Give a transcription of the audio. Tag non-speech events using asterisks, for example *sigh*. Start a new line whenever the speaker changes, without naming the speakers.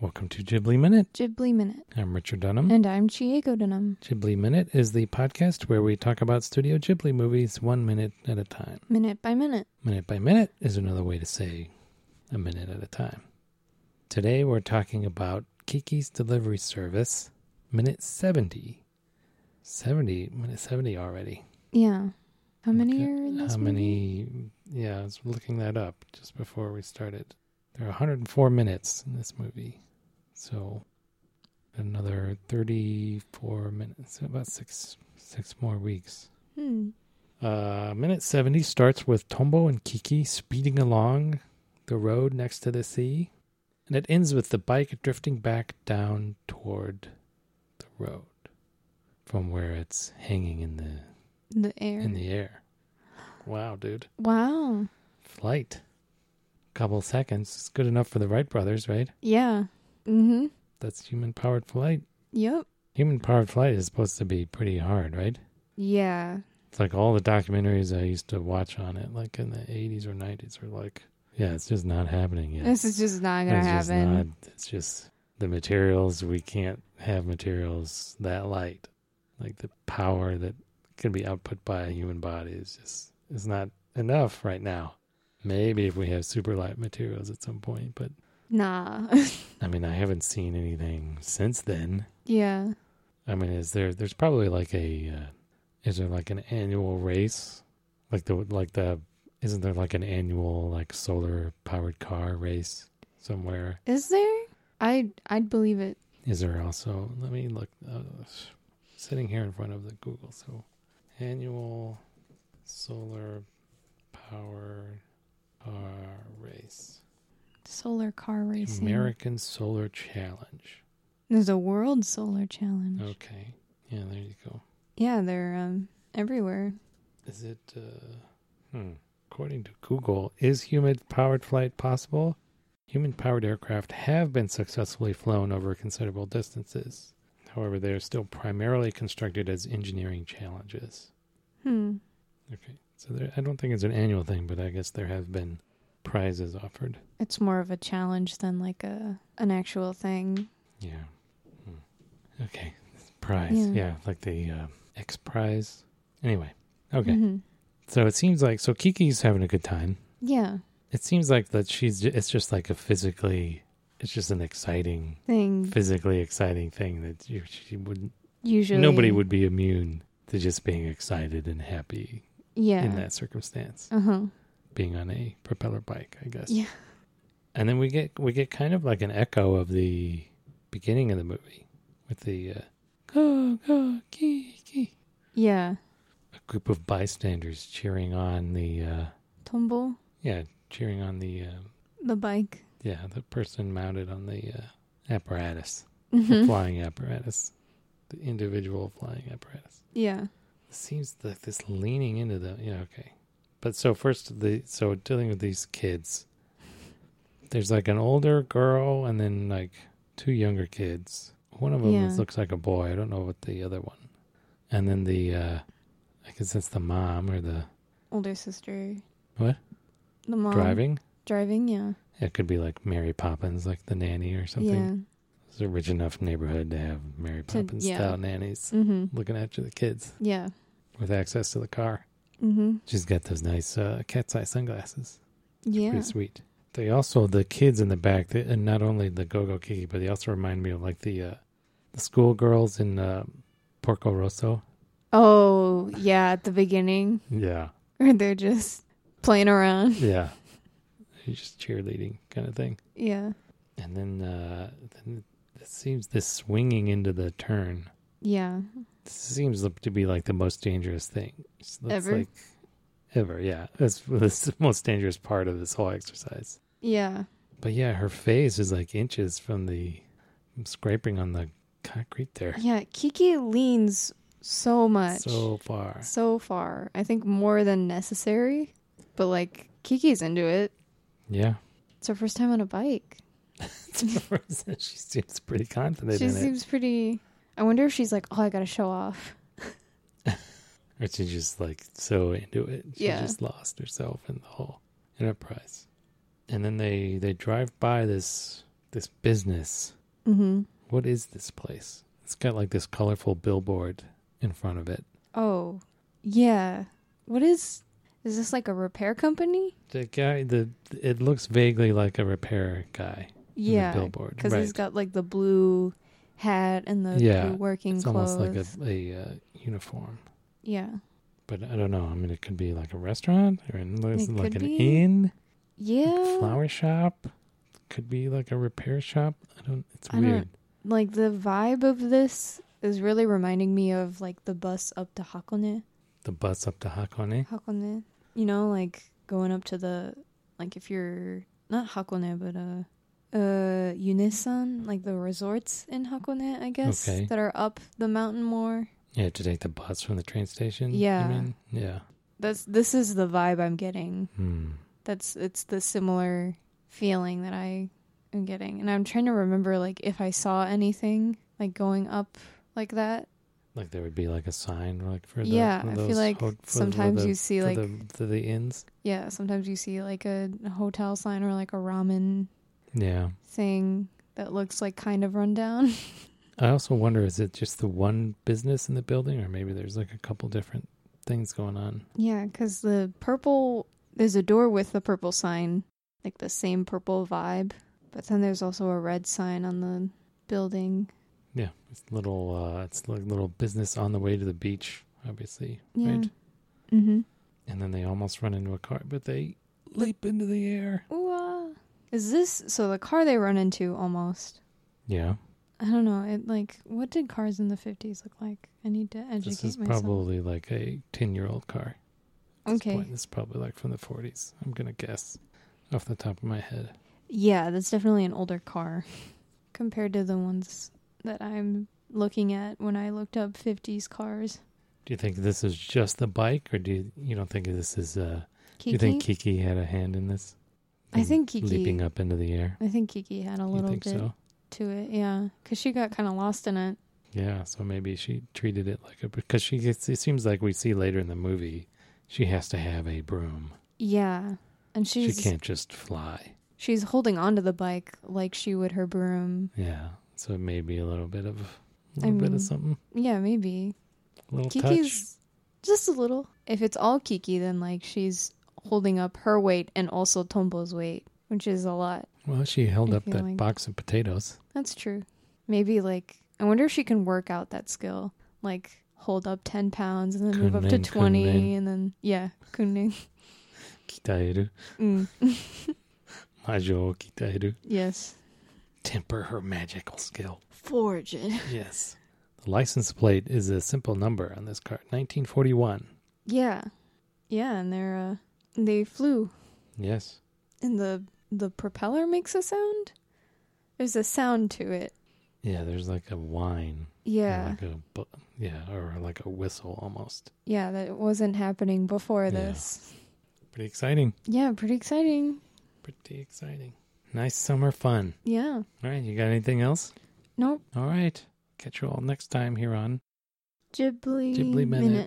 Welcome to Ghibli Minute.
Ghibli Minute.
I'm Richard Dunham.
And I'm Chieko Dunham.
Ghibli Minute is the podcast where we talk about Studio Ghibli movies one minute at a time.
Minute by minute.
Minute by minute is another way to say a minute at a time. Today we're talking about Kiki's Delivery Service, minute 70. 70, minute 70 already.
Yeah. How many
Okay.
are in this
How
movie?
many? Yeah, I was looking that up just before we started. There are 104 minutes in this movie. So another 34 minutes, about 6 6 more weeks.
Hmm.
Uh minute 70 starts with Tombo and Kiki speeding along the road next to the sea, and it ends with the bike drifting back down toward the road from where it's hanging in the
The air.
in the air. Wow, dude.
wow.
Flight. Couple seconds. It's good enough for the Wright brothers, right?
Yeah. Mm-hmm.
That's human powered flight.
Yep.
Human powered flight is supposed to be pretty hard, right?
Yeah.
It's like all the documentaries I used to watch on it, like in the 80s or 90s, were like, yeah, it's just not happening yet.
This is just not gonna
it's
happen.
Just not, it's just the materials. We can't have materials that light. Like the power that can be output by a human body is just is not enough right now. Maybe if we have super light materials at some point, but
Nah. *laughs*
I mean, I haven't seen anything since then.
yeah.
I mean, is there? There's probably like a, uh, is there like an annual race, like the like the, isn't there like an annual like solar powered car race somewhere?
Is there? I I'd believe it.
Is there also? Let me look. Uh, sitting here in front of the Google, so annual solar power car race,
Solar car racing.
American Solar Challenge.
There's a world solar challenge.
Okay, yeah, there you go.
Yeah, they're um everywhere.
Is it? Uh, hmm. According to Google, is human-powered flight possible? Human-powered aircraft have been successfully flown over considerable distances. However, they are still primarily constructed as engineering challenges.
Hmm.
Okay. So there, I don't think it's an annual thing, but I guess there have been prizes offered.
It's more of a challenge than like a an actual thing.
Yeah. Hmm. Okay. Prize.
Yeah.
Yeah. like the uh, X prize. Anyway. Okay.
Mhm.
So it seems like, so Kiki's having a good time.
Yeah.
It seems like that she's, ju- it's just like a physically, it's just an exciting,
Thing
physically exciting thing that you, she wouldn't,
usually
nobody would be immune to just being excited and happy
Yeah.
in that circumstance.
Uh huh.
being on a propeller bike, I guess.
Yeah.
And then we get we get kind of like an echo of the beginning of the movie with the uh, go go ki ki
Yeah.
a group of bystanders cheering on the uh,
Tumble
yeah cheering on the uh,
the bike.
yeah the person mounted on the uh, apparatus the
Mhm.
flying apparatus the individual flying apparatus
yeah.
seems like this leaning into the yeah okay but so first the so dealing with these kids there's like an older girl and then like two younger kids one of them
Yeah.
is, looks like a boy i don't know what the other one and then the uh i guess that's the mom or the
Older sister.
What?
The mom
driving
Driving. Yeah.
it could be like mary poppins like the nanny or something it's a rich enough neighborhood to have mary
To-
poppins
yeah.
style nannies
Yeah. Mhm.
looking after the kids
Yeah.
with access to the car
Mhm.
she's got those nice uh, cat's eye sunglasses
Yeah.
pretty sweet. They also the kids in the back, they, and not only the Go Go Kiki, but they also remind me of like the uh, the schoolgirls in uh, Porco Rosso.
Oh yeah. At the beginning, *laughs*
Yeah,
or they're just playing around.
yeah, just cheerleading kind of thing.
Yeah.
And then uh, then it seems this swinging into the turn
Yeah.
seems to be like the most dangerous thing It's- that's
Ever?
Like, ever, yeah. That's, *laughs* that's the most dangerous part of this whole exercise.
Yeah.
But yeah, her face is like inches from the scraping on the concrete there.
Yeah. Kiki leans so much,
So far.
so far. I think more than necessary, but like Kiki's into it.
Yeah. *laughs*
It's her first time on a bike.
she seems pretty confident
she
in
seems pretty. I wonder if she's like, oh, I gotta show off.
it. Or she's just like so into it. She
Yeah.
just lost herself in the whole enterprise. And then they they drive by this this business
Mm-hmm.
What is this place? It's got like this colorful billboard in front of it.
Oh, yeah. What is? Is this like a repair company?
The guy, the it looks vaguely like a repair guy. in the
Yeah,
billboard.
because
right.
he's got like the blue hat and the
Yeah,
blue working
it's
clothes.
almost like a, a uh, uniform.
yeah,
But I don't know. I mean, it could be like a restaurant or in,
It
like
could
an
be. uh,
inn,
yeah.
flower shop. Could be like a repair shop. I don't. It's
I don't-
weird.
Like the vibe of this is really reminding me of like the bus up to Hakone.
The bus up to Hakone.
Hakone. You know, like going up to the like if you're not Hakone but uh uh Unisan, like the resorts in Hakone, I guess.
Okay.
That are up the mountain more.
You have to take the bus from the train station. you
Yeah.
mean? Yeah.
That's this is the vibe I'm getting.
Hmm.
That's it's the similar feeling that I am getting. And I'm trying to remember like if I saw anything like going up like that.
Like there would be like a sign like for the
Yeah,
for
I feel
those
like
ho- for the-
sometimes
the-
you see,
for
like-
the, for the inns.
Yeah, sometimes you see like a hotel sign or like a ramen
Yeah.
thing that looks like kind of rundown. *laughs*
I also wonder is it just the one business in the building or maybe there's like a couple different things going on.
Yeah, because the purple, there's a door with the purple sign, like the same purple vibe. But then there's also a red sign on the building.
Yeah, it's little uh it's like little business on the way to the beach, obviously,
Yeah.
right?
Mm-hmm.
And then they almost run into a car, but they leap into the air.
Ooh, is this so? The car they run into almost.
Yeah.
I don't know. It like what did cars in the fifties look like? I need to educate
This is
myself.
probably like a 10-year-old car. at this
Okay.
point. This is probably like from the 40s. I'm going to guess off the top of my head.
Yeah, that's definitely an older car *laughs* compared to the ones that I'm looking at when I looked up 50s cars.
Do you think this is just the bike, or do you, you don't think this is? Uh, do
Kiki?
you think Kiki had a hand in this?
I
In
think Kiki-
leaping up into the air.
I think Kiki had a
you
little
think
bit
so?
to it, yeah, because she got kind of lost in it.
Yeah. So maybe she treated it like a because she gets. It seems like we see later in the movie, she has to have a broom.
Yeah, and she's
She can't just fly.
she's holding onto the bike like she would her broom.
Yeah. So maybe a little bit of a little bit
mean,
of something,
Yeah, maybe
a little touch.
Kiki's just a little. If it's all Kiki, then like she's holding up her weight and also Tombo's weight, which is a lot.
Well, she held
I
up
feel
that
like-
box of potatoes.
That's true. Maybe like I wonder if she can work out that skill. Like hold up ten pounds and then move up to
Kunming,
twenty
kunming.
and then yeah, kunning.
Kitaeru,
Mm, *laughs*
majo kitaeru.
yes.
Temper her magical skill.
Forge it. *laughs*
Yes. The license plate is a simple number on this car, 1941.
Yeah. Yeah, and they're uh they flew
Yes.
and the the propeller makes a sound? There's a sound to it.
Yeah, there's like a whine. or
Yeah.
Like a bu- yeah, or like a whistle almost.
Yeah, that wasn't happening before
Yeah.
this.
Pretty exciting.
Yeah, pretty exciting.
Pretty exciting. Nice summer fun.
Yeah.
All right, you got anything else?
Nope.
All right. Catch you all next time here on
Ghibli,
Ghibli Minute.
minute.